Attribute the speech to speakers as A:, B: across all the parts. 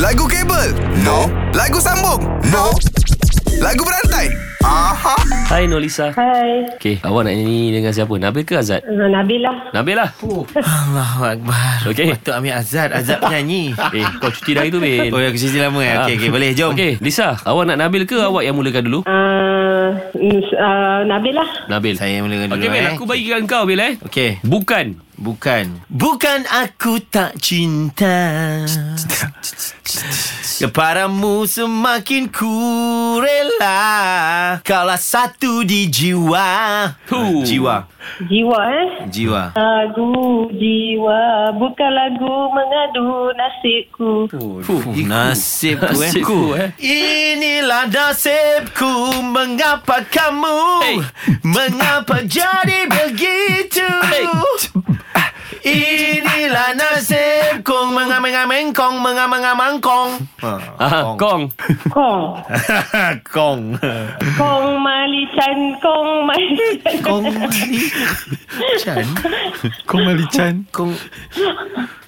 A: Lagu kabel? No. Lagu sambung? No. Lagu berantai? Aha.
B: Hai Nolisa
C: Hai,
B: Okay Awak nak nyanyi dengan siapa Nabil ke Azad lah.
C: uh, Nabila.
B: Nabilah
D: Oh. Allahu Akbar.
B: Okey.
D: Patut ambil Azad. Azad penyanyi.
B: Eh kau cuti dari tu Bin
D: Oh, aku cuci lama ya. Okey,
B: Ah.
D: okey, boleh. Jom.
B: Okey Lisa Awak nak Nabil ke awak yang mulakan dulu
C: Uh, uh, Nabila.
B: Nabil
D: Saya mulakan dulu
B: Okey Bil
D: eh.
B: aku bagikan kau Bil eh
D: Okey.
B: Bukan
D: Bukan. Bukan aku tak cinta. Kepadamu semakin ku rela Kaulah satu di jiwa
B: Huh.
D: Jiwa
C: Jiwa eh.
D: Jiwa
C: Lagu jiwa bukan lagu mengadu nasibku.
D: Fuh, nasib tu eh.
B: Nasib tu, eh.
D: Inilah nasibku Mengapa kamu
B: Hey.
D: Mengapa jadi begitu
B: Hey.
D: Inilah nasibku Mengamang-amangkong Mengamang-amangkong
B: Ah, Kong
C: Kong.
D: Kong
C: Kong Mali Chan. Kong Mali Chan.
D: Kong Chan Kong Mali Chan Kong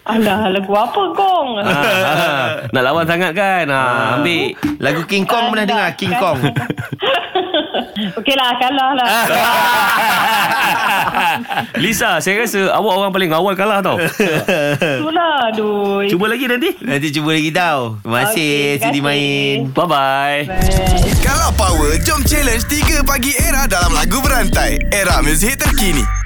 C: Alah, lagu apa Kong?
B: Ah, ah. Nak lawan sangat kan ah, Ambil
D: Lagu King Kong pernah dengar King Kong
C: Okey lah, kalah lah.
B: Lisa saya rasa Awak orang paling awal kalah tau
C: Itulah, aduh.
B: Cuba lagi nanti
D: Nanti cuba lagi tau Terima
C: Okey,
D: kasih Sudi
C: terima kasih.
D: main
B: Bye bye
C: Bye.
A: Kalau power, jom challenge 3 pagi era dalam lagu berantai. Era muzik terkini.